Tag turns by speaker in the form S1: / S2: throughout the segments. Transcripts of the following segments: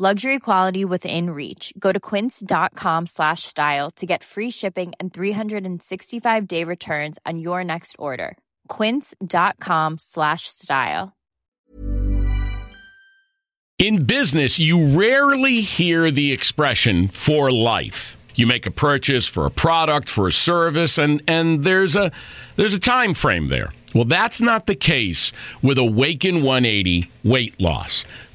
S1: Luxury quality within reach. Go to quince.com slash style to get free shipping and 365 day returns on your next order. Quince.com slash style.
S2: In business, you rarely hear the expression for life. You make a purchase for a product, for a service, and, and there's a there's a time frame there. Well, that's not the case with Awaken 180 weight loss.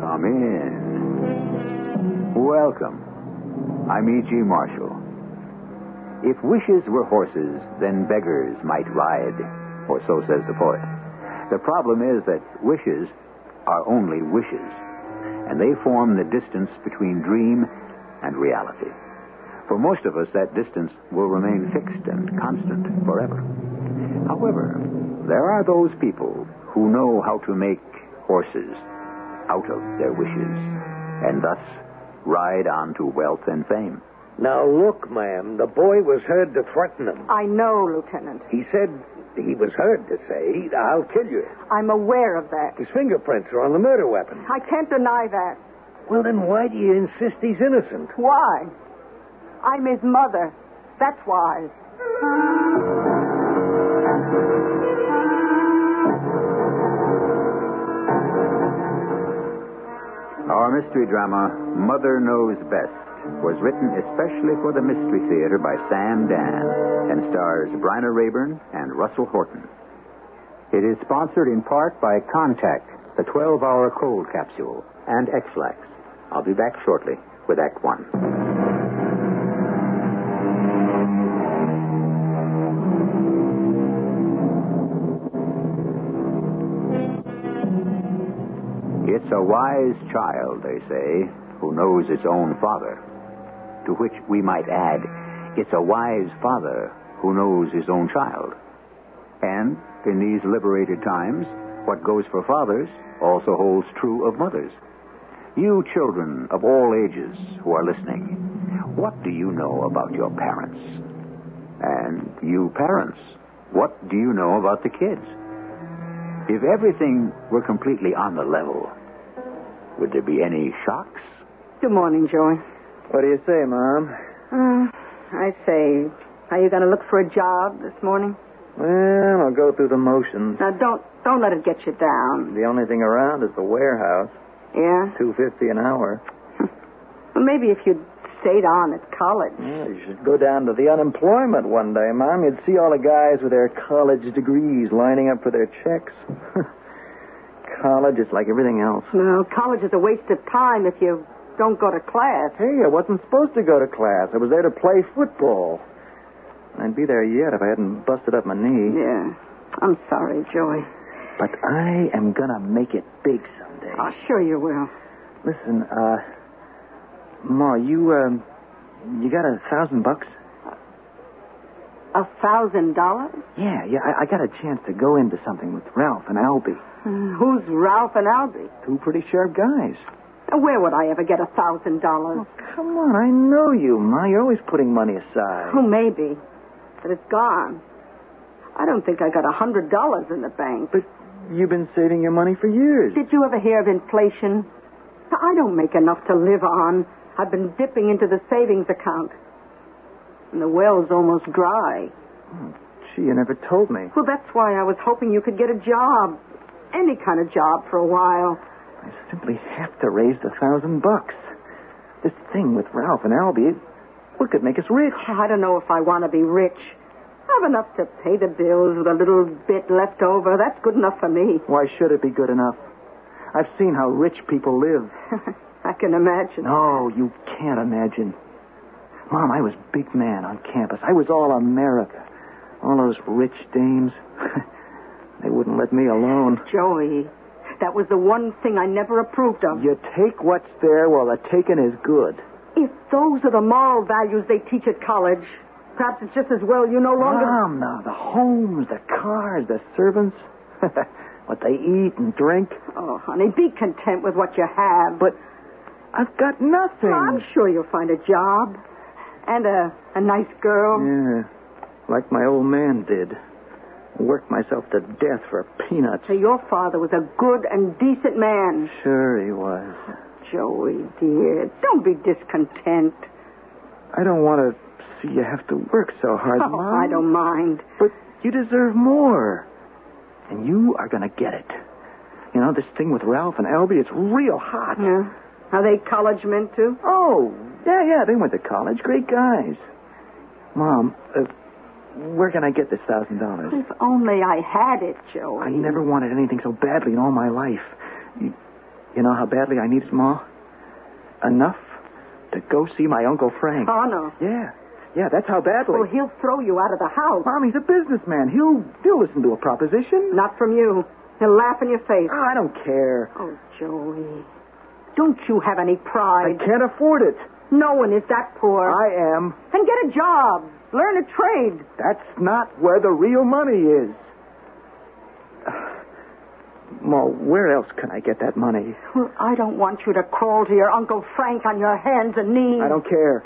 S3: Come in. Welcome. I'm E.G. Marshall. If wishes were horses, then beggars might ride, or so says the poet. The problem is that wishes are only wishes, and they form the distance between dream and reality. For most of us, that distance will remain fixed and constant forever. However, there are those people who know how to make horses out of their wishes, and thus ride on to wealth and fame.
S4: Now, look, ma'am, the boy was heard to threaten him.
S5: I know, Lieutenant.
S4: He said he was heard to say, I'll kill you.
S5: I'm aware of that.
S4: His fingerprints are on the murder weapon.
S5: I can't deny that.
S4: Well, then why do you insist he's innocent?
S5: Why? I'm his mother. That's why.
S3: Our mystery drama, Mother Knows Best, was written especially for the Mystery Theater by Sam Dan and stars Bryna Rayburn and Russell Horton. It is sponsored in part by Contact, the 12 hour cold capsule, and X-Lax. I'll be back shortly with Act One. It's a wise child, they say, who knows its own father. To which we might add, it's a wise father who knows his own child. And in these liberated times, what goes for fathers also holds true of mothers. You children of all ages who are listening, what do you know about your parents? And you parents, what do you know about the kids? If everything were completely on the level, Would there be any shocks?
S5: Good morning, Joey.
S6: What do you say, Mom?
S5: Uh, I say, are you going to look for a job this morning?
S6: Well, I'll go through the motions.
S5: Now, don't don't let it get you down.
S6: The only thing around is the warehouse,
S5: Yeah.
S6: two fifty an hour.
S5: Well, maybe if you'd stayed on at college.
S6: Yeah, you should go down to the unemployment one day, Mom. You'd see all the guys with their college degrees lining up for their checks. college is like everything else.
S5: No, college is a waste of time if you don't go to class.
S6: Hey, I wasn't supposed to go to class. I was there to play football. I'd be there yet if I hadn't busted up my knee.
S5: Yeah. I'm sorry, Joey.
S6: But I am gonna make it big someday.
S5: Oh, sure you will.
S6: Listen, uh, Ma, you um, you got a thousand bucks?
S5: A thousand dollars?
S6: Yeah, yeah. I, I got a chance to go into something with Ralph and Albie.
S5: Uh, Who's Ralph and Albie?
S6: Two pretty sharp guys.
S5: And Where would I ever get a thousand dollars?
S6: Come on, I know you, Ma. You're always putting money aside.
S5: Oh, maybe. But it's gone. I don't think I got a hundred dollars in the bank.
S6: But you've been saving your money for years.
S5: Did you ever hear of inflation? I don't make enough to live on. I've been dipping into the savings account. And the well's almost dry.
S6: Gee, you never told me.
S5: Well, that's why I was hoping you could get a job. Any kind of job for a while.
S6: I simply have to raise the thousand bucks. This thing with Ralph and Albie, what could make us rich?
S5: I don't know if I want to be rich. I have enough to pay the bills with a little bit left over. That's good enough for me.
S6: Why should it be good enough? I've seen how rich people live.
S5: I can imagine.
S6: No, you can't imagine. Mom, I was big man on campus. I was all America. All those rich dames. they wouldn't let me alone.
S5: Joey, that was the one thing I never approved of.
S6: You take what's there while the taking is good.
S5: If those are the moral values they teach at college, perhaps it's just as well you no longer.
S6: Mom, now, the homes, the cars, the servants, what they eat and drink.
S5: Oh, honey, be content with what you have.
S6: But I've got nothing.
S5: Well, I'm sure you'll find a job and a, a nice girl.
S6: Yeah, like my old man did. Worked myself to death for peanuts.
S5: So your father was a good and decent man.
S6: Sure he was.
S5: Joey, dear, don't be discontent.
S6: I don't want to see you have to work so hard,
S5: Oh,
S6: Mom.
S5: I don't mind.
S6: But you deserve more. And you are going to get it. You know, this thing with Ralph and Albie, it's real hot.
S5: Yeah. Are they college men, too?
S6: Oh, yeah, yeah, they went to college. Great guys. Mom, uh, where can I get this thousand dollars?
S5: If only I had it, Joey.
S6: I never wanted anything so badly in all my life. You, you know how badly I need it, Ma? Enough to go see my Uncle Frank.
S5: Oh, no.
S6: Yeah, yeah, that's how badly.
S5: Well, he'll throw you out of the house.
S6: Mom, he's a businessman. He'll, he'll listen to a proposition.
S5: Not from you. He'll laugh in your face.
S6: Oh, I don't care.
S5: Oh, Joey. Don't you have any pride?
S6: I can't afford it.
S5: No one is that poor.
S6: I am.
S5: Then get a job. Learn a trade.
S6: That's not where the real money is. Ma, where else can I get that money?
S5: Well, I don't want you to crawl to your Uncle Frank on your hands and knees.
S6: I don't care.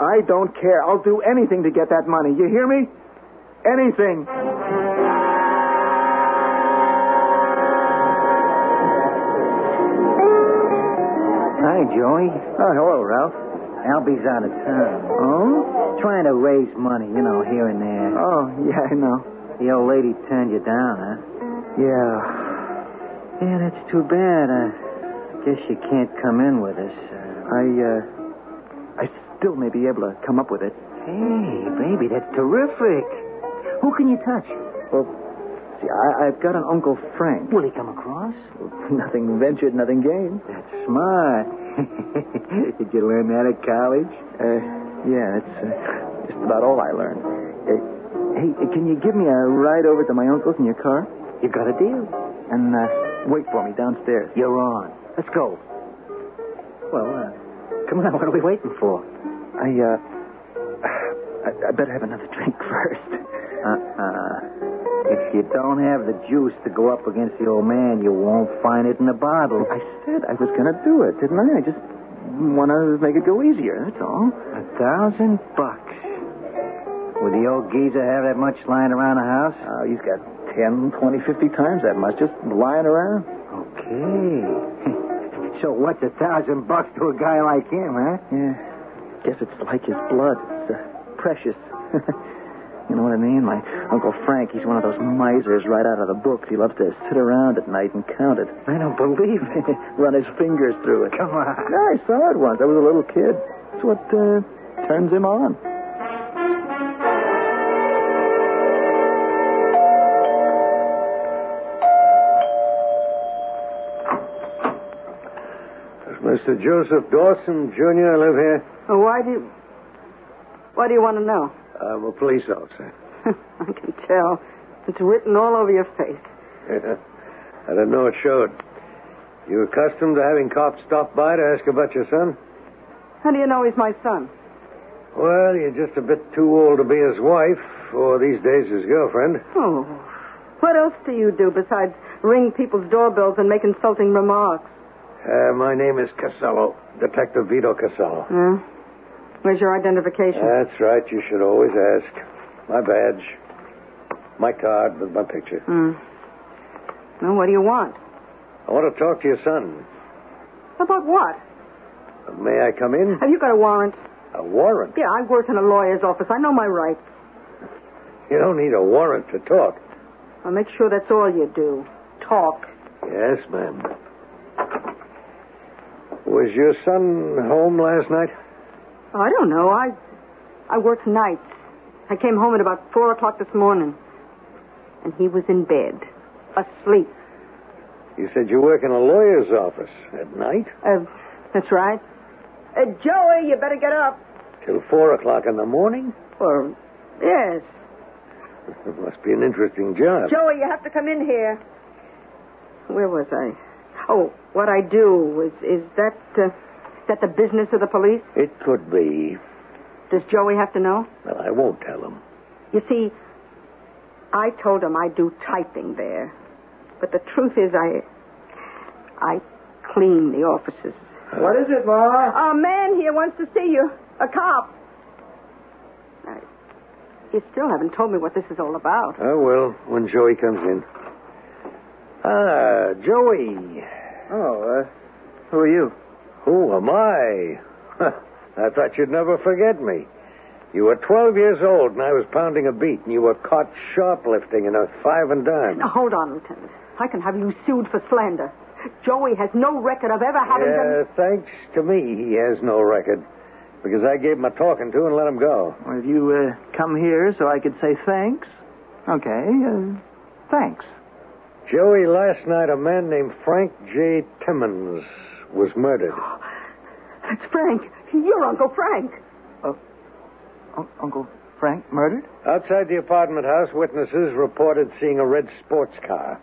S6: I don't care. I'll do anything to get that money. You hear me? Anything.
S7: Hi, Joey.
S6: Oh, hello, Ralph.
S7: Albie's out of town.
S6: Oh?
S7: Trying to raise money, you know, here and there.
S6: Oh, yeah, I know.
S7: The old lady turned you down,
S6: Yeah.
S7: huh? Yeah, that's too bad. Uh, I guess you can't come in with us. Uh,
S6: I, uh, I still may be able to come up with it.
S7: hey, baby, that's terrific. Who can you touch?
S6: Well, see, I, I've got an Uncle Frank.
S7: Will he come across?
S6: Nothing ventured, nothing gained.
S7: That's smart. Did you learn that at college?
S6: Uh, yeah, that's uh, just about all I learned. Uh, hey, uh, can you give me a ride over to my uncle's in your car?
S7: You got a deal.
S6: And uh, wait for me downstairs.
S7: You're on. Let's go. Well, uh, come on. What are we waiting for?
S6: I, uh, I, I better have another drink first.
S7: Uh-uh. If you don't have the juice to go up against the old man, you won't find it in the bottle.
S6: I said I was going to do it, didn't I? I just want to make it go easier, that's all.
S7: A thousand bucks. Would the old geezer have that much lying around the house?
S6: Uh, he's got ten, twenty, fifty times that much just lying around.
S7: Okay. so
S8: So what's a thousand bucks to a guy like him, huh?
S6: Yeah. Guess it's like his blood. It's uh, precious. you know what I mean? My Uncle Frank, he's one of those misers right out of the books. He loves to sit around at night and count it. I don't believe it. Run his fingers through it.
S8: Come on.
S6: Yeah, I saw it once. I was a little kid. It's what uh, turns him on.
S7: Does Mr. Joseph Dawson Jr. live here?
S5: Why do you. What do you want to know?
S7: I'm a police officer.
S5: I can tell. It's written all over your face.
S7: I didn't know it showed. You accustomed to having cops stop by to ask about your son?
S5: How do you know he's my son?
S7: Well, you're just a bit too old to be his wife, or these days his girlfriend.
S5: Oh. What else do you do besides ring people's doorbells and make insulting remarks?
S7: Uh, my name is Casello, Detective Vito Casello.
S5: Huh? Uh. Where's your identification?
S7: That's right, you should always ask. My badge, my card with my picture.
S5: Hmm. Well, what do you want?
S7: I want to talk to your son.
S5: About what?
S7: May I come in?
S5: Have you got a warrant?
S7: A warrant?
S5: Yeah, I work in a lawyer's office. I know my rights.
S7: You don't need a warrant to talk.
S5: I'll make sure that's all you do. Talk.
S7: Yes, ma'am. Was your son home last night?
S5: I don't know. I I worked nights. I came home at about four o'clock this morning. And he was in bed. Asleep.
S7: You said you work in a lawyer's office at night
S5: Uh, that's right. Uh, Joey, you better get up.
S7: till four o'clock in the morning?
S5: Or yes.
S7: It must be an interesting job.
S5: Joey, you have to come in here. Where was I? Oh, what I do is is that uh, is that the business of the police?
S7: It could be.
S5: Does Joey have to know?
S7: Well, I won't tell him.
S5: You see, I told him I do typing there, but the truth is I I clean the offices.
S7: Uh,
S8: What is it, Ma?
S5: A man here wants to see you. A cop. I, you still haven't told me what this is all about.
S7: I will Oh, when Joey comes in.
S6: Uh,
S7: Ah, Joey.
S8: Oh, uh, who are you?
S7: Who am I? I thought you'd never forget me. You were 12 years old, and I was pounding a beat, and you were caught shoplifting in a five and dime.
S8: Oh,
S5: Now, hold on, Lieutenant. I can have you sued for slander. Joey has no record of ever having
S7: yeah,
S5: done.
S7: thanks to me, he has no record because I gave him a talking to and let him go.
S6: Well, have you uh, come here so I could say thanks? Okay, uh, thanks.
S7: Joey, last night a man named Frank J. Timmons was murdered.
S8: Oh,
S5: It's Frank. Your Uncle Frank.
S6: Oh, Un- Uncle Frank murdered?
S7: Outside the apartment house, witnesses reported seeing a red sports car.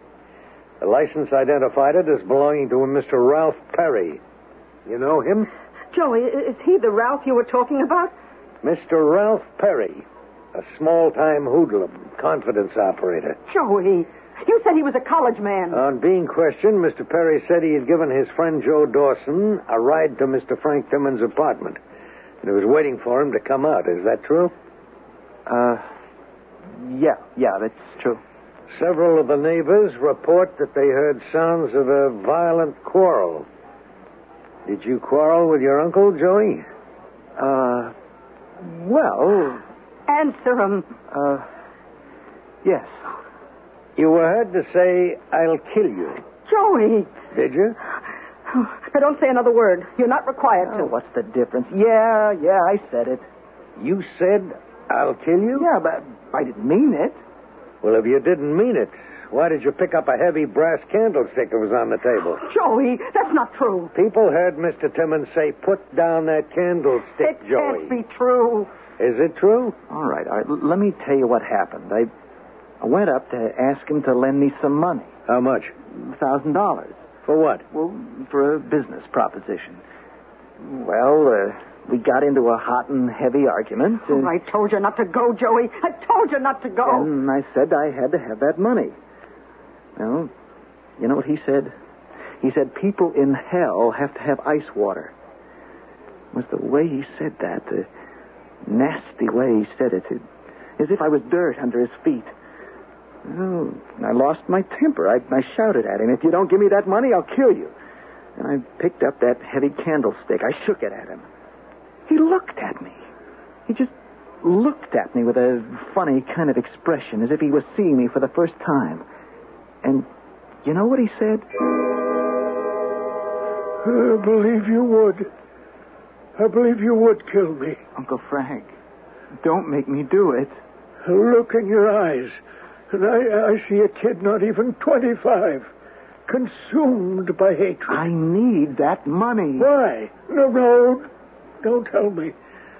S7: The license identified it as belonging to a Mr. Ralph Perry. You know him?
S5: Joey, i- is he the Ralph you were talking about?
S7: Mr. Ralph Perry, a small time hoodlum, confidence operator.
S5: Joey, you said he was a college
S6: Uh.
S5: man.
S7: On being questioned, Mr. Perry said he had given his friend Joe Dawson a ride to Mr. Frank Timmons' apartment. And he was waiting for him to come out. Is that true?
S6: Uh, yeah, yeah, that's true.
S7: Several of the neighbors report that they heard sounds of a violent quarrel. Did you quarrel with your uncle, Joey?
S6: Uh, well,
S5: Answer him.
S6: uh, yes.
S7: You were heard to say, I'll kill you.
S5: Joey.
S7: Did you?
S5: Now, don't say another word. You're not required
S6: Oh,
S5: to.
S6: what's the difference? Yeah, yeah, I said it.
S7: You said, I'll kill you?
S6: Yeah, but I didn't mean it.
S7: Well, if you didn't mean it, why did you pick up a heavy brass candlestick that was on the table?
S5: Joey, that's not true.
S7: People heard Mr. Timmons say, put down that candlestick,
S5: it
S7: Joey.
S5: can't be true.
S7: Is it true?
S6: All right, all right. l- let me tell you what happened. I, I went up to ask him to lend me some money,
S7: How much?
S6: thousand dollars.
S7: For what?
S6: Well, for a business proposition. Well, uh, we got into a hot and heavy argument. uh,
S5: Oh, I told you not to go, Joey. I told you not to go.
S6: And I said I had to have that money. Well, you know what he said? He said people in hell have to have ice water. It was the way he said that, the nasty way he said it, it as if I was dirt under his feet. Oh, I lost my temper. I, I shouted at him, "If you don't give me that money, I'll kill you." and I picked up that heavy candlestick. I shook it at him. He looked at me. He just looked at me with a funny kind of expression, as if he was seeing me for the first time. And you know what he said?
S4: I believe you would. I believe you would kill me.
S6: Uncle Frank, don't make me do it.
S4: A look in your eyes, and I, I see a kid not even 25, consumed by hatred.
S6: I need that money.
S4: Why? No, no, don't tell me.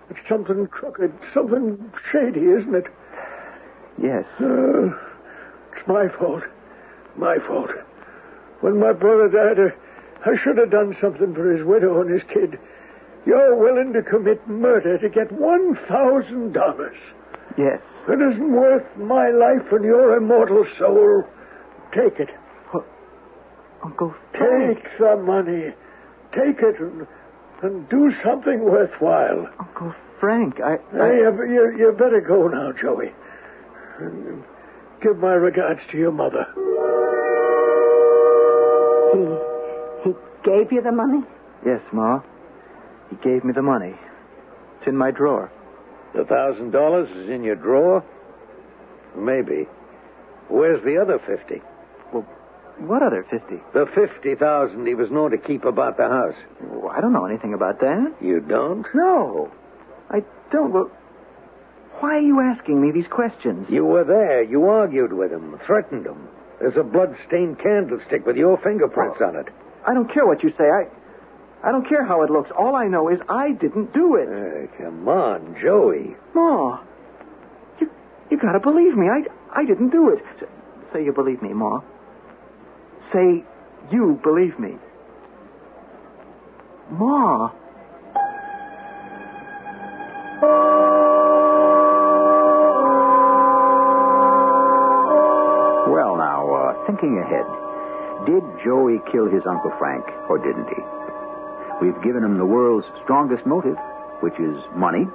S4: It's something crooked, something shady, isn't it?
S6: Yes.
S4: Uh, it's my fault. My fault. When my brother died, I, I should have done something for his widow and his kid. You're willing to commit murder to get $1,000.
S6: Yes.
S4: It isn't worth my life and your immortal soul. Take it.
S6: Well, Uncle Frank.
S4: Take the money. Take it and, and do something worthwhile.
S6: Uncle Frank, I. I...
S4: Hey, you, you, you better go now, Joey. And give my regards to your mother.
S5: He, he gave you the money?
S6: Yes, Ma. He gave me the money. It's in my drawer.
S4: The thousand dollars is in your drawer? Maybe. Where's the other fifty?
S6: Well, what other fifty?
S4: The fifty thousand he was known to keep about the house.
S6: Oh, I don't know anything about that.
S4: You don't?
S6: No. I don't. Well, why are you asking me these questions?
S4: You were there. You argued with him, threatened him. There's a blood-stained candlestick with your fingerprints
S6: Oh.
S4: on it.
S6: I don't care what you say. I. I don't care how it looks. All I know is I didn't do it.
S4: Eh, come on, Joey.
S6: Ma, you you gotta believe me. I I didn't do it. S- Say you believe me, Ma. Say you believe me, Ma.
S3: Well, now, uh, thinking ahead, did Joey kill his Uncle Frank or didn't he? We've given him the world's strongest motive, which is money.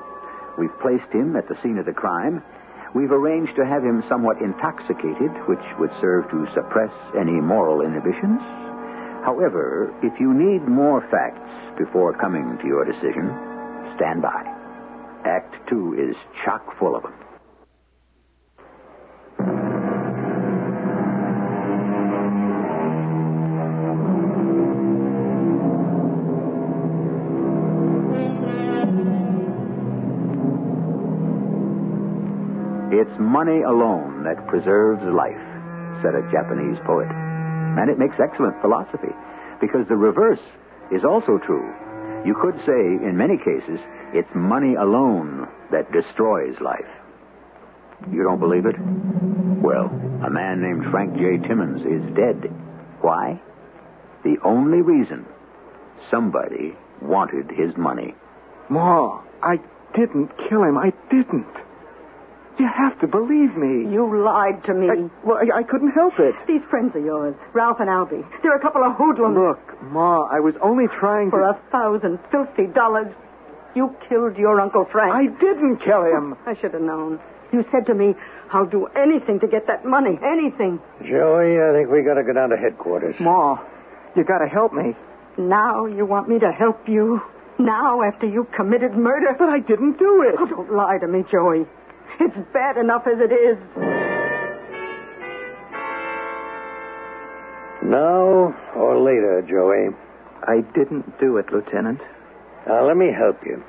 S3: We've placed him at the scene of the crime. We've arranged to have him somewhat intoxicated, which would serve to suppress any moral inhibitions. However, if you need more facts before coming to your decision, stand by. Act two is chock full of them. It's money alone that preserves life, said a Japanese poet. And it makes excellent philosophy, because the reverse is also true. You could say, in many cases, it's money alone that destroys life. You don't believe it? Well, a man named Frank J. Timmons is dead. Why? The only reason somebody wanted his money.
S6: Ma, I didn't kill him. I didn't. You have to believe me.
S5: You lied to me.
S6: I, well, I, I couldn't help it.
S5: These friends of yours, Ralph and Albie, they're a couple of hoodlums.
S6: Look, Ma, I was only trying
S5: For
S6: to.
S5: a thousand filthy dollars, you killed your Uncle Frank.
S6: I didn't kill him.
S5: I should have known. You said to me, I'll do anything to get that money. Anything.
S4: Joey, I think we gotta go down to headquarters.
S6: Ma, you gotta help me.
S5: Now you want me to help you? Now after you committed murder? But I didn't do it. Oh, don't lie to me, Joey. It's bad enough as it is.
S4: Now or later, Joey.
S6: I didn't do it, Lieutenant.
S4: Now, let me help you.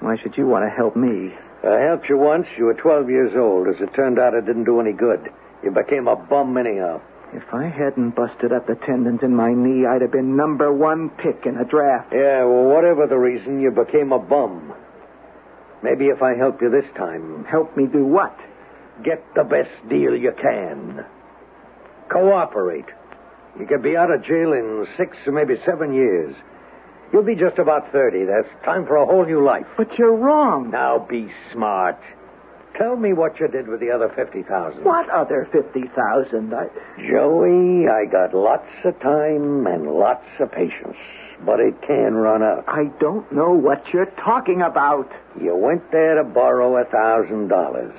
S6: Why should you want to help me?
S4: I helped you once. You were 12 years old. As it turned out, it didn't do any good. You became a bum anyhow.
S6: If I hadn't busted up the tendons in my knee, I'd have been number one pick in a draft.
S4: Yeah, well, whatever the reason, you became a bum. Maybe if I help you this time,
S6: Help me do what?
S4: get the best deal you can. Cooperate. You could be out of jail in six or maybe seven years. You'll be just about 30. That's time for a whole new life.
S6: But you're wrong.
S4: Now be smart. Tell me what you did with the other 50,000.
S6: What other 50,000? I...
S4: Joey, I got lots of time and lots of patience, but it can run out.
S6: I don't know what you're talking about.
S4: You went there to borrow a thousand dollars.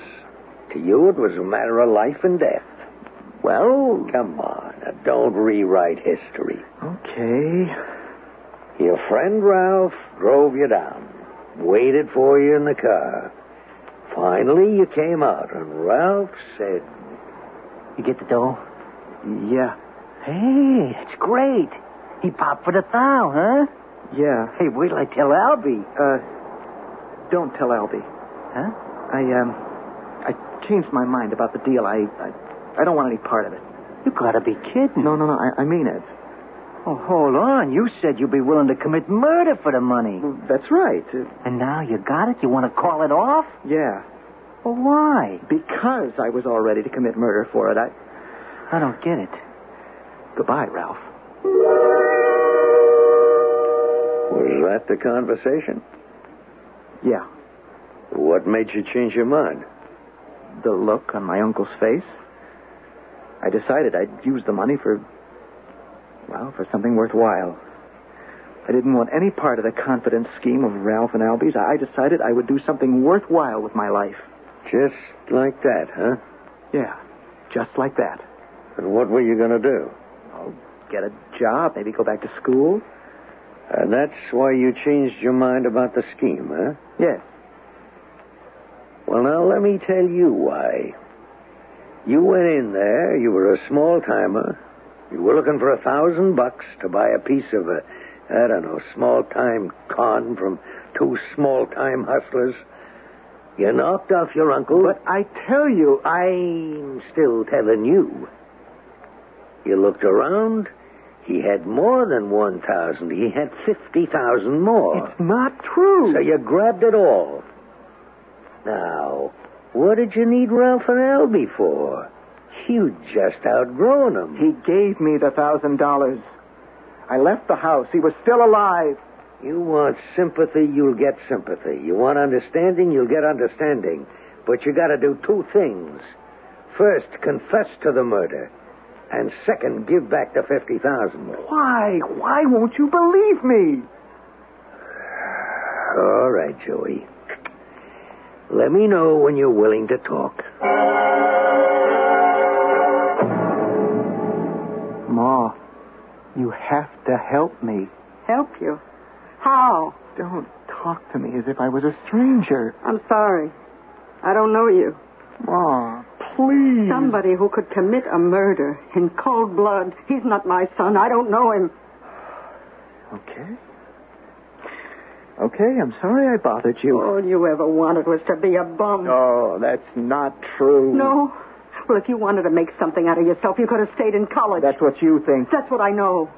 S4: To you, it was a matter of life and death.
S6: Well,
S4: Come on, now don't rewrite history.
S6: okay.
S7: Your friend Ralph drove you down, waited for you in the car. Finally, you came out, and Ralph said,
S9: You get the dough?
S6: Yeah.
S9: Hey, it's great. He popped for the thou, huh?
S6: Yeah.
S9: Hey, wait till I tell Albie.
S6: Uh, don't tell Albie.
S9: Huh?
S6: I, um, I changed my mind about the deal. I, I, I don't want any part of it.
S9: You gotta be kidding.
S6: No, no, no. I, I mean it.
S9: Oh, hold on. You said you'd be willing to commit murder for the money.
S6: That's right. Uh,
S9: And now you got it? You want to call it off?
S6: yeah.
S9: Well, why?
S6: Because I was all ready to commit murder for it. I.
S9: I don't get it.
S6: Goodbye, Ralph.
S7: Was that the conversation?
S6: Yeah.
S7: What made you change your mind?
S6: The look on my uncle's face. I decided I'd use the money for. Well, for something worthwhile. I didn't want any part of the confidence scheme of Ralph and Albie's. I decided I would do something worthwhile with my life.
S7: Just like that, huh?
S6: Yeah, just like that.
S7: And what were you going to do?
S6: I'll get a job, maybe go back to school.
S7: And that's why you changed your mind about the scheme, huh?
S6: Yes.
S7: Well, now let me tell you why. You went in there. You were a small timer. You were looking for a thousand bucks to buy a piece of a, I don't know, small time con from two small time hustlers. You knocked off your uncle.
S9: But I tell you,
S7: I'm still telling you. You looked around. He had more than one thousand. He had fifty thousand more.
S6: It's not true.
S7: So you grabbed it all. Now, what did you need Ralph and Albie for? You just outgrown them.
S6: He gave me the thousand dollars. I left the house. He was still alive.
S7: You want sympathy, you'll get sympathy. You want understanding, you'll get understanding. But you gotta do two things. First, confess to the murder. And second, give back the 50,000.
S6: Why? Why won't you believe me?
S7: All right, Joey. Let me know when you're willing to talk.
S6: Ma, you have to help me.
S5: Help you? How?
S6: Don't talk to me as if I was a stranger.
S5: I'm sorry. I don't know you.
S6: Ma, please.
S5: Somebody who could commit a murder in cold blood. He's not my son. I don't know him.
S6: Okay. Okay, I'm sorry I bothered you.
S5: All Oh, you ever wanted was to be a bum.
S6: Oh, that's not true.
S5: No? Well, if you wanted to make something out of yourself, you could have stayed in college.
S6: That's what you think.
S5: That's what I know.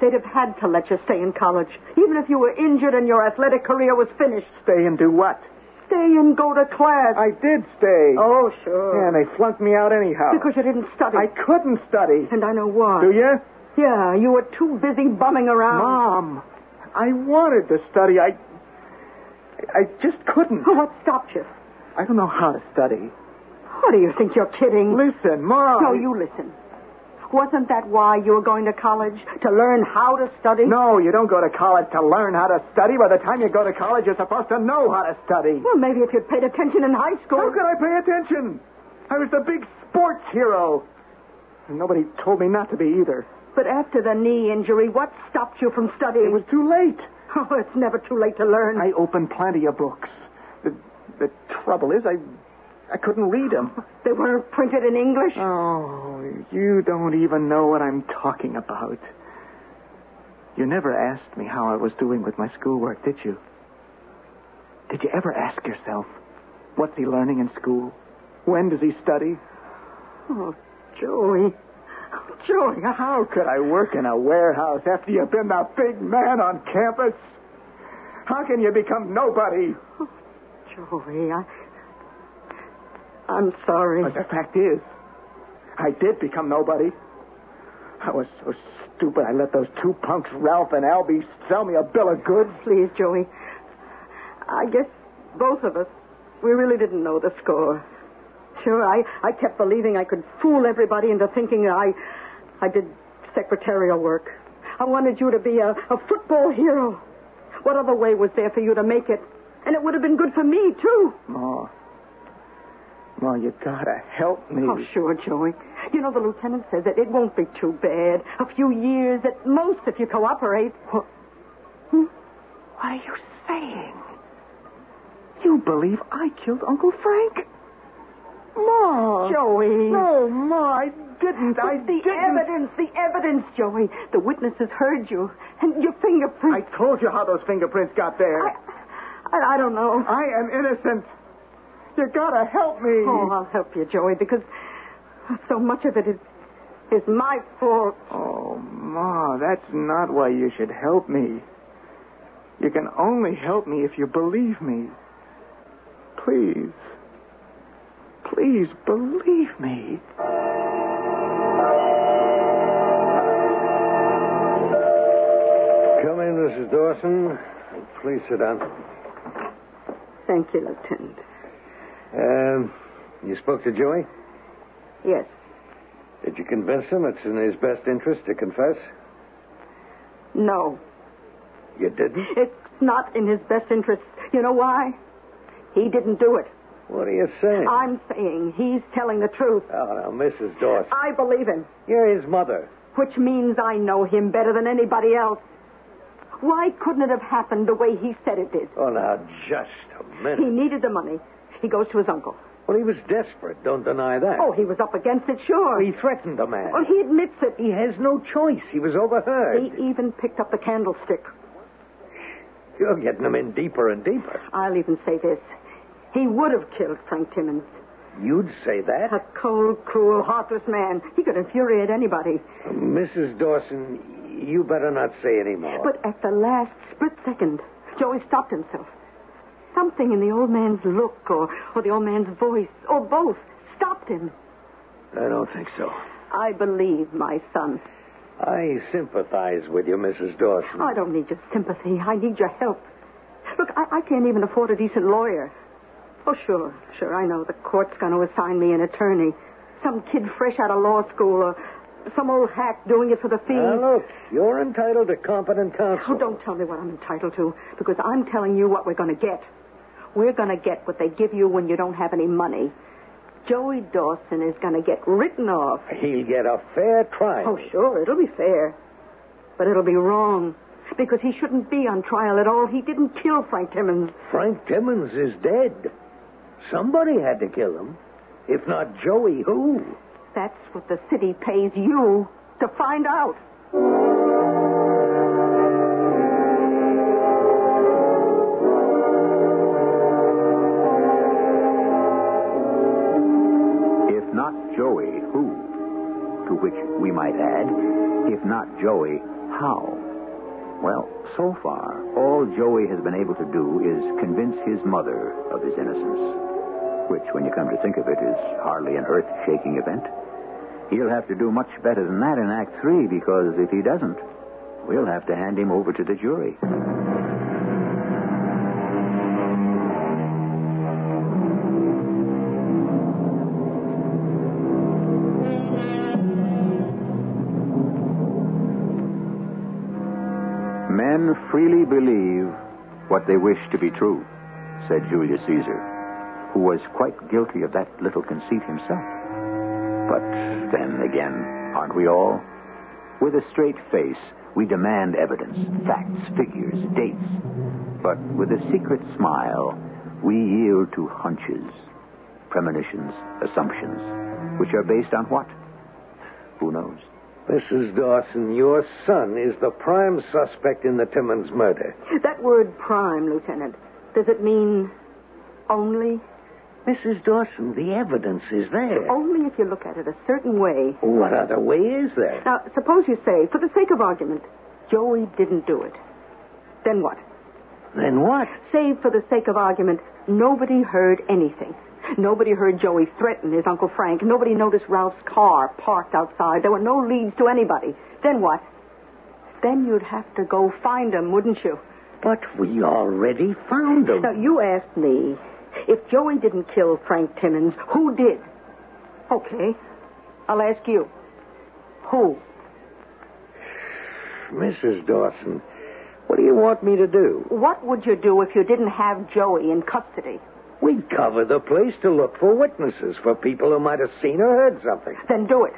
S5: They'd have had to let you stay in college, even if you were injured and your athletic career was finished.
S6: Stay and do what?
S5: Stay and go to class.
S6: I did stay.
S5: Oh, sure.
S6: And they flunked me out anyhow.
S5: Because you didn't study.
S6: I couldn't study.
S5: And I know why.
S6: Do you?
S5: Yeah, you were too busy bumming around.
S6: Mom, I wanted to study. I. I just couldn't.
S5: What stopped you?
S6: I don't know how to study.
S5: What do you think you're kidding?
S6: Listen, Mom.
S5: No, you listen. Wasn't that why you were going to college? To learn how to study?
S6: No, you don't go to college to learn how to study. By the time you go to college, you're supposed to know how to study.
S5: Well, maybe if you'd paid attention in high school.
S6: How could I pay attention? I was the big sports hero. And nobody told me not to be either.
S5: But after the knee injury, what stopped you from
S6: It
S5: studying?
S6: was too late.
S5: Oh, it's never too late to learn.
S6: I opened plenty of books. The, the trouble is, I, I couldn't read them.
S5: They weren't printed in English.
S6: Oh, you don't even know what I'm talking about. You never asked me how I was doing with my schoolwork, did you? Did you ever ask yourself, what's he learning in school? When does he study?
S5: Oh, Joey. Oh, Joey, I-
S6: How could I work in a warehouse after you've been the big man on campus? How can you become nobody?
S5: Joey, I. I'm sorry.
S6: But the fact is, I did become nobody. I was so stupid I let those two punks, Ralph and Albie, sell me a bill of goods.
S5: Please, Joey. I guess both of us, we really didn't know the score. Sure, I, I kept believing I could fool everybody into thinking I, I did secretarial work. I wanted you to be a, a football hero. What other way was there for you to make it? And it would have been good for me, too.
S6: Ma. Ma, you gotta help me.
S5: Oh, sure, Joey. You know, the lieutenant says that it won't be too bad. A few years at most if you cooperate.
S6: What are you saying? You believe I killed Uncle Frank? Ma!
S5: Joey.
S6: No, Ma, I didn't. I
S5: the
S6: didn't.
S5: evidence, the evidence, Joey. The witnesses heard you, and your fingerprints.
S6: told you how those fingerprints got there.
S5: I, I don't know.
S6: I am innocent. You gotta help me.
S5: Oh, I'll help you, Joey, because so much of it is is my fault.
S6: Oh, Ma, that's not why you should help me. You can only help me if you believe me. Please. Please believe me.
S7: Come in, Mrs. Dawson. Please sit down.
S5: Thank you, Lieutenant.
S7: Um, you spoke to Joey?
S5: Yes,
S7: Did you convince him it's in his best interest to confess?
S5: no,
S7: You didn't?
S5: it's not in his best interest. You know why? He didn't do it.
S7: What are you saying?
S5: I'm saying he's telling the truth.
S7: Oh, now, Mrs. Dawson.
S5: I believe him,
S7: You're his mother.
S5: which means I know him better than anybody else. Why couldn't it have happened the way he said it did?
S7: Oh, now, just a minute.
S5: He needed the money. He goes to his uncle.
S7: Well, he was desperate. Don't deny that.
S5: Oh, he was up against it, sure.
S7: he threatened the man.
S5: Well, he admits it.
S7: He has no choice. He was overheard.
S5: He even picked up the candlestick.
S7: You're getting him in deeper and deeper.
S5: I'll even say this. He would have killed Frank Timmons.
S7: You'd say that?
S5: A cold, cruel, heartless man. He could infuriate anybody.
S7: Mrs. Dawson, you better not say any more.
S5: But at the last split second, Joey stopped himself. Something in the old man's look or, or the old man's voice or both stopped him.
S7: I don't think so.
S5: I believe my son.
S7: I sympathize with you, Mrs. Dawson.
S5: Oh, I don't need your sympathy. I need your help. Look, I, I can't even afford a decent lawyer. Oh, sure, sure. I know the court's going to assign me an attorney. Some kid fresh out of law school or some old hack doing it for the fee.
S7: Now, look, you're entitled to competent counsel.
S5: Oh, don't tell me what I'm entitled to, because I'm telling you what we're going to get. We're going to get what they give you when you don't have any money. Joey Dawson is going to get written off.
S7: He'll get a fair trial.
S5: Oh, sure, it'll be fair. But it'll be wrong, because he shouldn't be on trial at all. He didn't kill Frank Timmons.
S7: Frank Timmons is dead. Somebody had to kill him. If not Joey, who?
S5: That's what the city pays you to find out.
S3: If not Joey, who? To which we might add, if not Joey, how? Well, so far, all Joey has been able to do is convince his mother of his innocence, which, when you come to think of it, is hardly an earth shaking event. He'll have to do much better than that in Act Three, because if he doesn't, we'll have to hand him over to the jury. Men freely believe what they wish to be true, said Julius Caesar, who was quite guilty of that little conceit himself. But then again, aren't we all? With a straight face, we demand evidence, facts, figures, dates. But with a secret smile, we yield to hunches, premonitions, assumptions, which are based on what? Who knows?
S7: Mrs. Dawson, your son is the prime suspect in the Timmons murder.
S5: That word prime, Lieutenant, does it mean only?
S7: Mrs. Dawson, the evidence is there.
S5: Only if you look at it a certain way.
S7: What other way is there?
S5: Now, suppose you say, for the sake of argument, Joey didn't do it. Then what?
S7: Then what?
S5: Say, for the sake of argument, nobody heard anything. Nobody heard Joey threaten his Uncle Frank. Nobody noticed Ralph's car parked outside. There were no leads to anybody. Then what? Then you'd have to go find him, wouldn't you?
S7: But we already found him.
S5: Now, you asked me if Joey didn't kill Frank Timmons, who did? Okay. I'll ask you. Who?
S7: Mrs. Dawson, what do you want me to do?
S5: What would you do if you didn't have Joey in custody?
S7: We'd cover the place to look for witnesses, for people who might have seen or heard something.
S5: Then do it.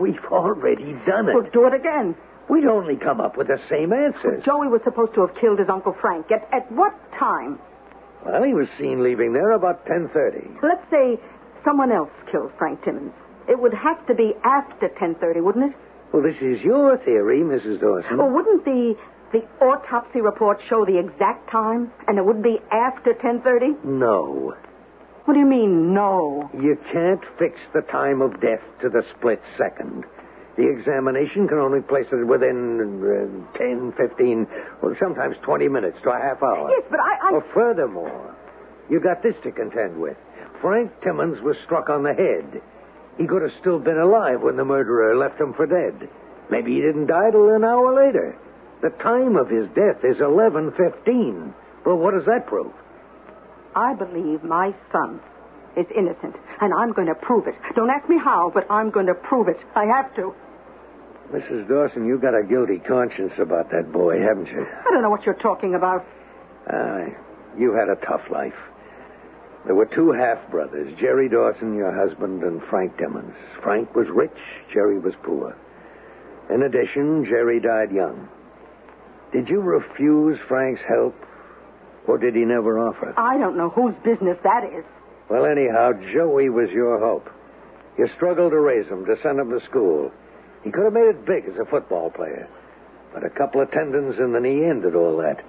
S7: We've already done it.
S5: Well, do it again.
S7: We'd only come up with the same answers.
S5: Joey was supposed to have killed his Uncle Frank. At, at what time?
S7: Well, he was seen leaving there about 10.30.
S5: Let's say someone else killed Frank Timmons. It would have to be after 10.30, wouldn't it?
S7: Well, this is your theory, Mrs. Dawson.
S5: Or wouldn't the, the autopsy report show the exact time? And it would be after 10.30?
S7: No.
S5: What do you mean, no?
S7: You can't fix the time of death to the split second. The examination can only place it within uh, 10, 15, or sometimes 20 minutes to a half hour.
S5: Yes, but I- I-
S7: Well, furthermore, you got this to contend with. Frank Timmons was struck on the head. He could have still been alive when the murderer left him for dead. Maybe he didn't die till an hour later. The time of his death is 11.15. Well, what does that prove?
S5: I believe my son is innocent, and I'm going to prove it. Don't ask me how, but I'm going to prove it. I have to.
S7: Mrs. Dawson, you got a guilty conscience about that boy, haven't you?
S5: I don't know what you're talking about.
S7: Ah, you had a tough life. There were two half brothers, Jerry Dawson, your husband, and Frank Timmons. Frank was rich, Jerry was poor. In addition, Jerry died young. Did you refuse Frank's help, or did he never offer?
S5: I don't know whose business that is.
S7: Well, anyhow, Joey was your hope. You struggled to raise him, to send him to school. He could have made it big as a football player, but a couple of tendons in the knee ended all that.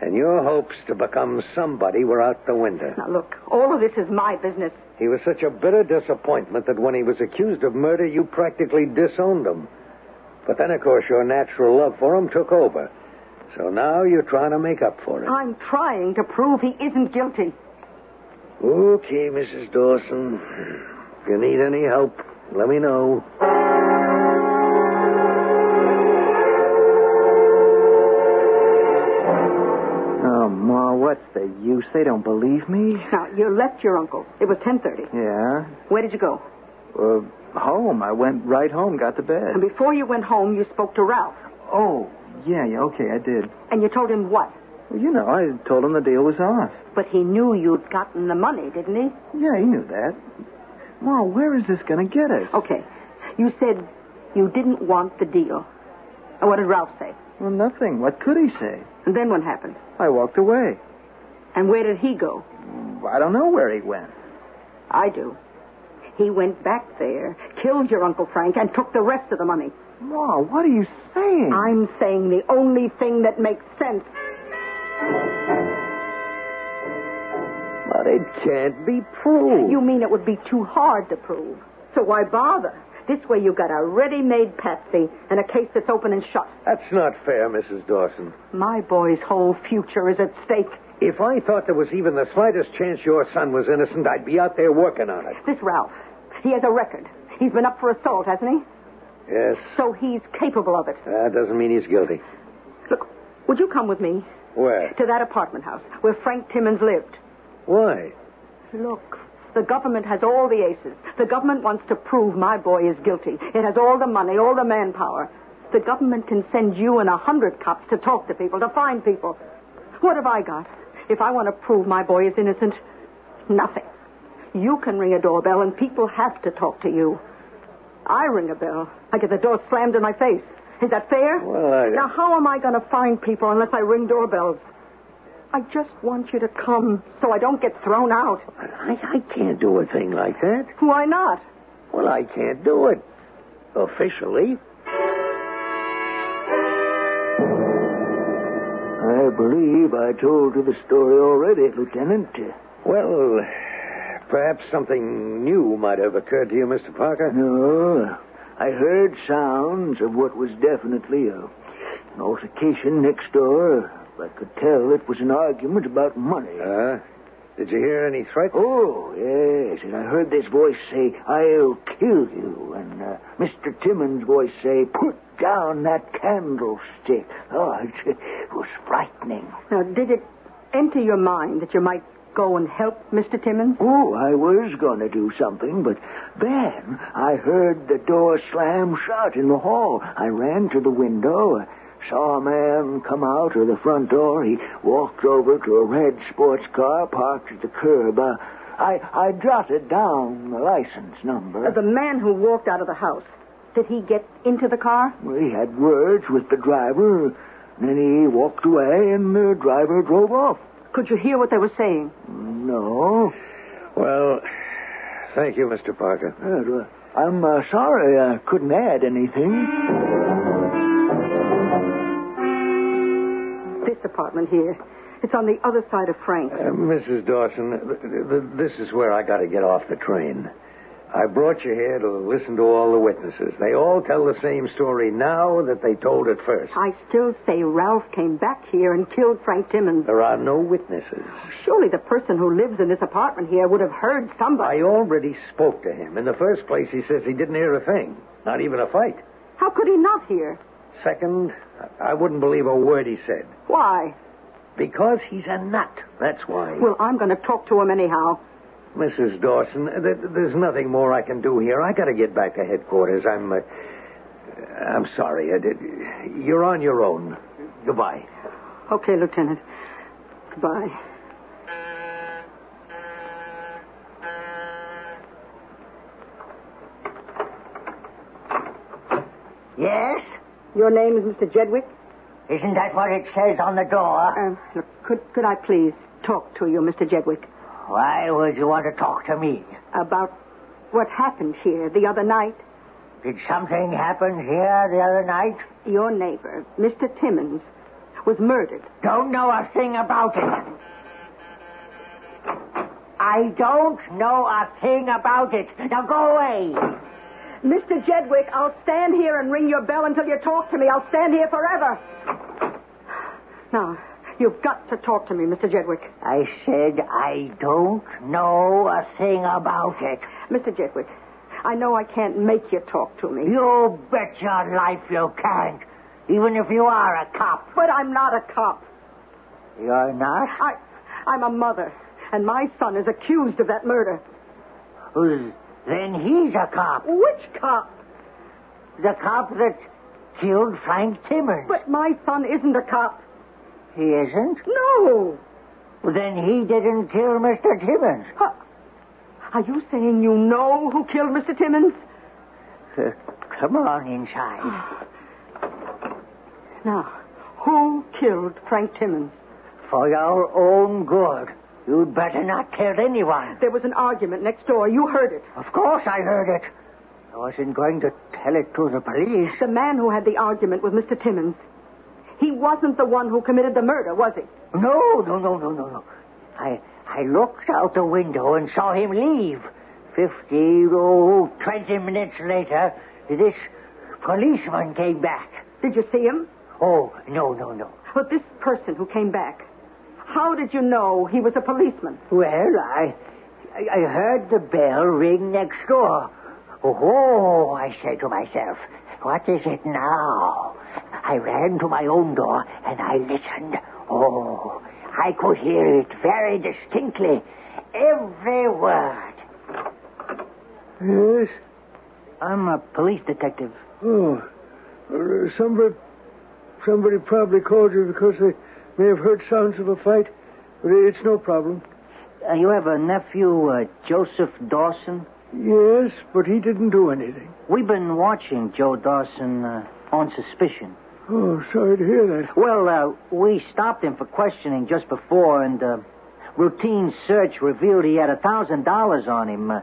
S7: And your hopes to become somebody were out the window.
S5: Now, look, all of this is my business.
S7: He was such a bitter disappointment that when he was accused of murder, you practically disowned him. But then, of course, your natural love for him took over. So now you're trying to make up for it.
S5: I'm trying to prove he isn't guilty.
S7: Okay, Mrs. Dawson. If you need any help, let me know.
S6: Oh, Ma, what's the use? They don't believe me.
S5: Now, you left your uncle. It was 10.30.
S6: Yeah.
S5: Where did you go?
S6: Uh, home. I went right home, got to bed.
S5: And before you went home, you spoke to Ralph.
S6: Oh, yeah, yeah, okay, I did.
S5: And you told him what?
S6: Well, you know, I told him the deal was off.
S5: But he knew you'd gotten the money, didn't he?
S6: Yeah, he knew that. Ma, where is this going to get us?
S5: Okay. You said you didn't want the deal. And what did Ralph say?
S6: Well, nothing. What could he say?
S5: And then what happened?
S6: I walked away. Mm,
S5: And where did he go?
S6: I don't know where he went.
S5: I do. He went back there, killed your Uncle Frank, and took the rest of the money.
S6: Ma, what are you saying?
S5: I'm saying the only thing that makes sense.
S7: But it can't be proved.
S5: You mean it would be too hard to prove. So why bother? This way you got a ready made patsy and a case that's open and shut.
S7: That's not fair, Mrs. Dawson.
S5: My boy's whole future is at stake.
S7: If I thought there was even the slightest chance your son was innocent, I'd be out there working on it.
S5: This Ralph, he has a record. He's been up for assault, hasn't he?
S7: Yes,
S5: So he's capable of it.
S7: that doesn't mean he's guilty.
S5: Look, would you come with me
S7: Where?
S5: to that apartment house where Frank Timmons lived?
S7: Why?
S5: Look, the government has all the aces. The government wants to prove my boy is guilty. It has all the money, all the manpower. The government can send you and a hundred cops to talk to people, to find people. What have I got? If I want to prove my boy is innocent, nothing. You can ring a doorbell and people have to talk to you. I ring a bell. I get the door slammed in my face. Is that fair?
S7: Well, I-
S5: Now, how am I going to find people unless I ring doorbells? I just want you to come so I don't get thrown out.
S7: I, I can't do a thing like that.
S5: Why not?
S7: Well, I can't do it. Officially.
S6: I believe I told you the story already, Lieutenant.
S7: Well, perhaps something new might have occurred to you, Mr. Parker.
S6: No, I heard sounds of what was definitely a, an altercation next door. I could tell it was an argument about money.
S7: Uh, did you hear any threats?
S6: Oh, yes. And I heard this voice say, I'll kill you. And uh, Mr. Timmons' voice say, put down that candlestick. Oh, it, it was frightening.
S5: Now, did it enter your mind that you might go and help Mr. Timmons?
S6: Oh, I was going to do something, but then I heard the door slam shut in the hall. I ran to the window, saw a man come out of the front door. He walked over to a red sports car parked at the curb. Uh, I, I jotted down the license number.
S5: Uh, The man who walked out of the house. Did he get into the car?
S6: Well, he had words with the driver, and then he walked away, and the driver drove off.
S5: Could you hear what they were saying?
S6: No.
S7: Well, thank you, Mr. Parker.
S6: Uh, I'm uh, sorry I couldn't add anything.
S5: This apartment here. It's on the other side of Frank.
S7: Uh,
S6: Um,
S7: Mrs. Dawson, th- th- this is where I got to get off the train. I brought you here to listen to all the witnesses. They all tell the same story now that they told it first.
S5: I still say Ralph came back here and killed Frank Timmons.
S7: There are no witnesses.
S5: Surely the person who lives in this apartment here would have heard somebody.
S7: I already spoke to him. In the first place, he says he didn't hear a thing, not even a fight.
S5: How could he not hear?
S7: Second, I I wouldn't believe a word he said.
S5: Why?
S7: Because he's a nut, that's why.
S5: Well, I'm going to talk to him anyhow.
S7: Mrs. Dawson, th- there's nothing more I can do here. I got to get back to headquarters. I'm, uh, I'm sorry. I did. You're on your own. Goodbye.
S5: Okay, Lieutenant. Goodbye.
S9: Yes?
S5: Your name is Mr. Jedwick?
S9: Isn't that what it says on the door?
S5: Uh, look, could, could I please talk to you, Mr. Jedwick,
S9: Why would you want to talk to me?
S5: about what happened here the other night?
S9: Did something happen here the other night?
S5: Your neighbor, Mr. Timmons, was murdered.
S9: Don't know a thing about it. I don't know a thing about it. Now go away.
S5: Mr. Jedwick, I'll stand here and ring your bell until you talk to me. I'll stand here forever. Now, you've got to talk to me, Mr. Jedwick.
S9: I said I don't know a thing about it.
S5: Mr. Jedwick, I know I can't make you talk to me.
S9: You bet your life you can't. Even if you are a cop.
S5: But I'm not a cop.
S9: You're not?
S5: I, I'm a mother, and my son is accused of that murder.
S9: Who's- Then he's a cop.
S5: Which cop?
S9: The cop that killed Frank Timmons.
S5: But my son isn't a cop.
S9: he isn't?
S5: No.
S9: Then he didn't kill Mr. Timmons.
S5: Huh. Are you saying you know who killed Mr. Timmons?
S9: Uh, come on inside.
S5: Now, who killed Frank Timmons?
S9: For your own good, you'd better not kill anyone.
S5: There was an argument next door. You heard it.
S9: Of course I heard it. I wasn't going to tell it to the police.
S5: The man who had the argument with Mr. Timmons. He wasn't the one who committed the murder, was he?
S9: No, no, no, no, no, no. I I looked out the window and saw him leave. Fifty, oh, twenty minutes later, this policeman came back.
S5: Did you see him?
S9: Oh, no, no, no.
S5: But this person who came back, how did you know he was a policeman?
S9: Well, I I I heard the bell ring next door. Oh, I said to myself, what is it now? I ran to my own door and I listened. Oh, I could hear it very distinctly. Every word.
S7: Yes?
S9: I'm a police detective.
S4: Oh, uh, somebody, somebody probably called you because they may have heard sounds of a fight, but it's no problem.
S9: Uh, you have a nephew, uh, Joseph Dawson?
S4: Yes, but he didn't do anything.
S9: We've been watching Joe Dawson uh, on suspicion.
S4: Oh, sorry to hear that.
S9: Well, uh, we stopped him for questioning just before, and uh, routine search revealed he had a thousand dollars on him. Uh,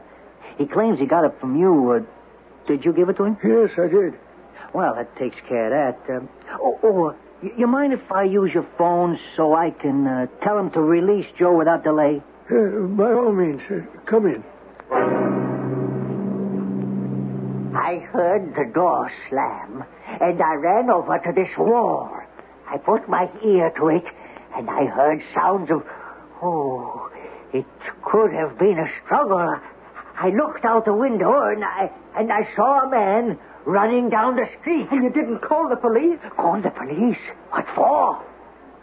S9: he claims he got it from you. Uh, did you give it to him?
S4: Yes, I did.
S9: Well, that takes care of that. Um, oh, oh uh, y- you mind if I use your phone so I can uh, tell him to release Joe without delay?
S4: Uh, by all means, uh, come in.
S9: I heard the door slam, and I ran over to this wall. I put my ear to it, and I heard sounds of. Oh, it could have been a struggle. I looked out the window, and I and I saw a man running down the street.
S5: And you didn't call the police?
S9: Called the police. What for?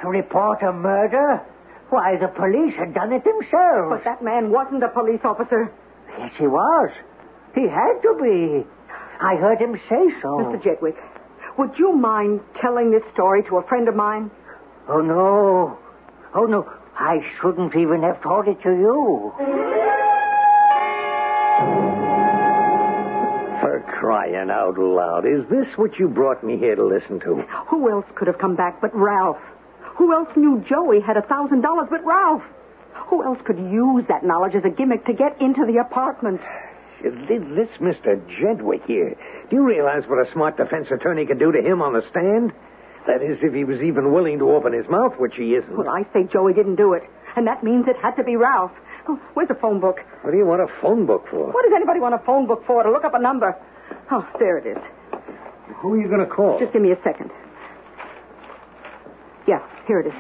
S9: To report a murder? Why, the police had done it themselves.
S5: But that man wasn't a police officer.
S9: Yes, he was. He had to be. I heard him say so.
S5: Mr. Jedwick, would you mind telling this story to a friend of mine?
S9: Oh, no. Oh, no. I shouldn't even have told it to you.
S7: For crying out loud, is this what you brought me here to listen to?
S5: Who else could have come back but Ralph? Who else knew Joey had a thousand dollars but Ralph? Who else could use that knowledge as a gimmick to get into the apartment?
S7: This Mr. Jedwick here, do you realize what a smart defense attorney could do to him on the stand? That is, if he was even willing to open his mouth, which he isn't.
S5: Well, I say Joey didn't do it, and that means it had to be Ralph. Oh, where's the phone book?
S7: What do you want a phone book for?
S5: What does anybody want a phone book for? To look up a number? Oh, there it is.
S7: Who are you going to call?
S5: Just give me a second. Yeah, here it is.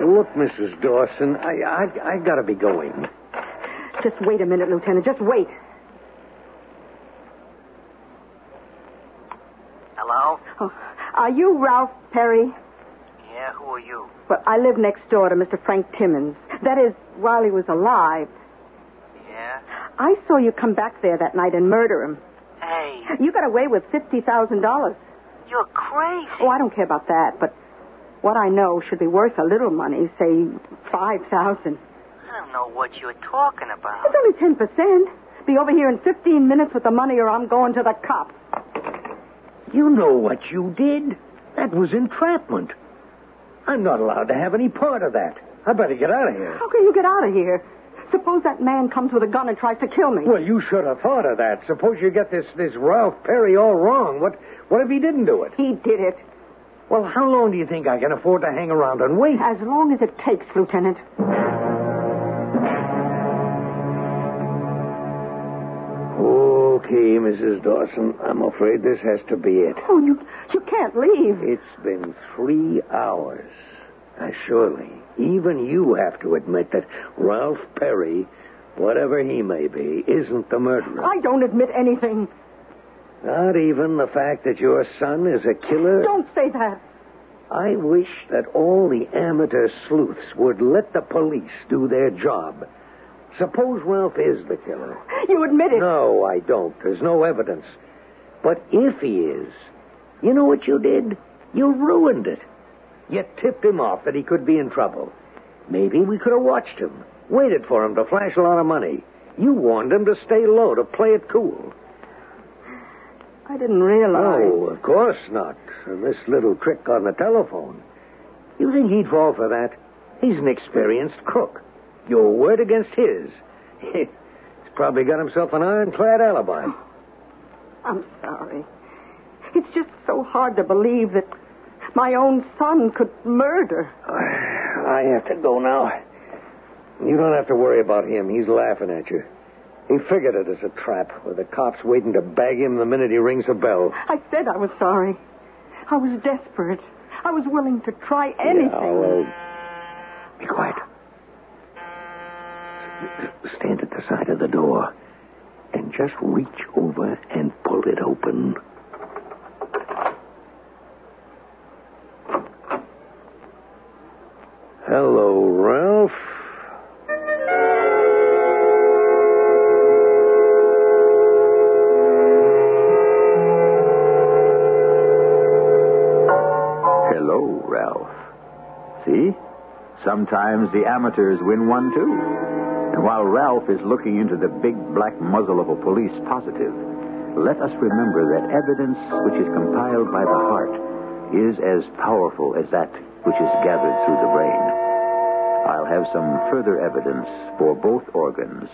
S7: Look, Mrs. Dawson, I, I, I got to be going.
S5: Just wait a minute, Lieutenant. Just wait.
S10: Hello?
S5: Oh, are you Ralph Perry?
S10: Yeah, who are you?
S5: Well, I live next door to Mr. Frank Timmons. That is, while he was alive.
S10: Yeah?
S5: I saw you come back there that night and murder him.
S10: Hey,
S5: You got away with $50,000.
S10: you're crazy.
S5: Oh, I don't care about that, but what I know should be worth a little money, say 5000
S10: I don't know what you're talking about.
S5: It's only 10%. Be over here in 15 minutes with the money or I'm going to the cops.
S7: You know what you did. That was entrapment. I'm not allowed to have any part of that. I better get out of here.
S5: How can you get out of here? Suppose that man comes with a gun and tries to kill me.
S7: Well, you should have thought of that. Suppose you get this, this Ralph Perry all wrong. What, what if he didn't do it?
S5: He did it.
S7: Well, how long do you think I can afford to hang around and wait?
S5: As long as it takes, Lieutenant.
S7: Okay, Mrs. Dawson, I'm afraid this has to be it.
S5: Oh, you, you can't leave.
S7: It's been three hours. Now, surely, even you have to admit that Ralph Perry, whatever he may be, isn't the murderer.
S5: I don't admit anything.
S7: Not even the fact that your son is a killer.
S5: Don't say that.
S7: I wish that all the amateur sleuths would let the police do their job. Suppose Ralph is the killer.
S5: You admit it.
S7: No, I don't. There's no evidence. But if he is, you know what you did? You ruined it. You tipped him off that he could be in trouble. Maybe we could have watched him, waited for him to flash a lot of money. You warned him to stay low, to play it cool.
S5: I didn't realize.
S7: No, of course not. This little trick on the telephone. You think he'd fall for that? He's an experienced crook. Your word against his. He's probably got himself an ironclad alibi.
S5: I'm sorry. It's just so hard to believe that my own son could murder.
S7: I have to go now. You don't have to worry about him. He's laughing at you. He figured it as a trap, with the cops waiting to bag him the minute he rings a bell.
S5: I said I was sorry. I was desperate. I was willing to try anything.
S7: Yeah, well, be quiet. Stand at the side of the door and just reach over and pull it open. Hello, Ralph.
S3: Hello, Ralph. See? Sometimes the amateurs win one, too. And while Ralph is looking into the big black muzzle of a police positive, let us remember that evidence which is compiled by the heart is as powerful as that which is gathered through the brain. I'll have some further evidence for both organs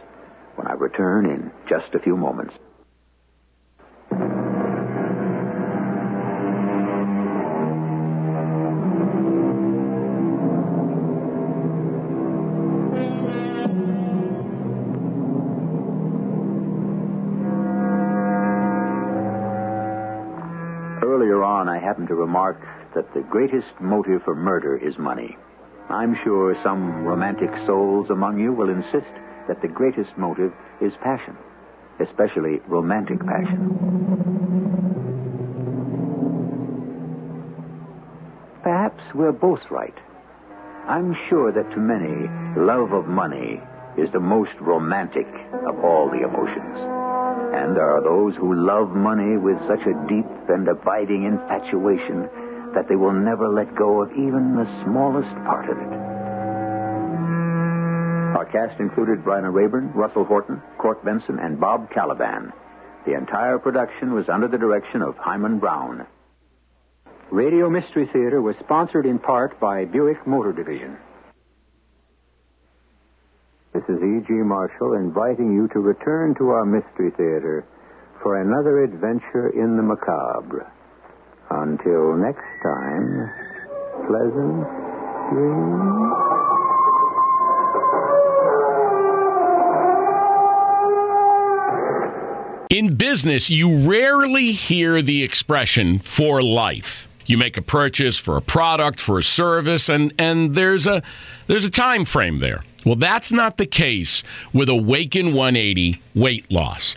S3: when I return in just a few moments. Earlier on, I happened to remark that the greatest motive for murder is money. I'm sure some romantic souls among you will insist that the greatest motive is passion, especially romantic passion. Perhaps we're both right. I'm sure that to many, love of money is the most romantic of all the emotions. And there are those who love money with such a deep and abiding infatuation that they will never let go of even the smallest part of it. Our cast included Bryna Rayburn, Russell Horton, Court Benson, and Bob Caliban. The entire production was under the direction of Hyman Brown. Radio Mystery Theater was sponsored in part by Buick Motor Division. This is E.G. Marshall inviting you to return to our Mystery Theater for another adventure in the macabre. Until next time, pleasant dreams.
S2: In business, you rarely hear the expression for life. You make a purchase for a product, for a service, and, and there's a there's a time frame there. Well, that's not the case with Awaken 180 weight loss.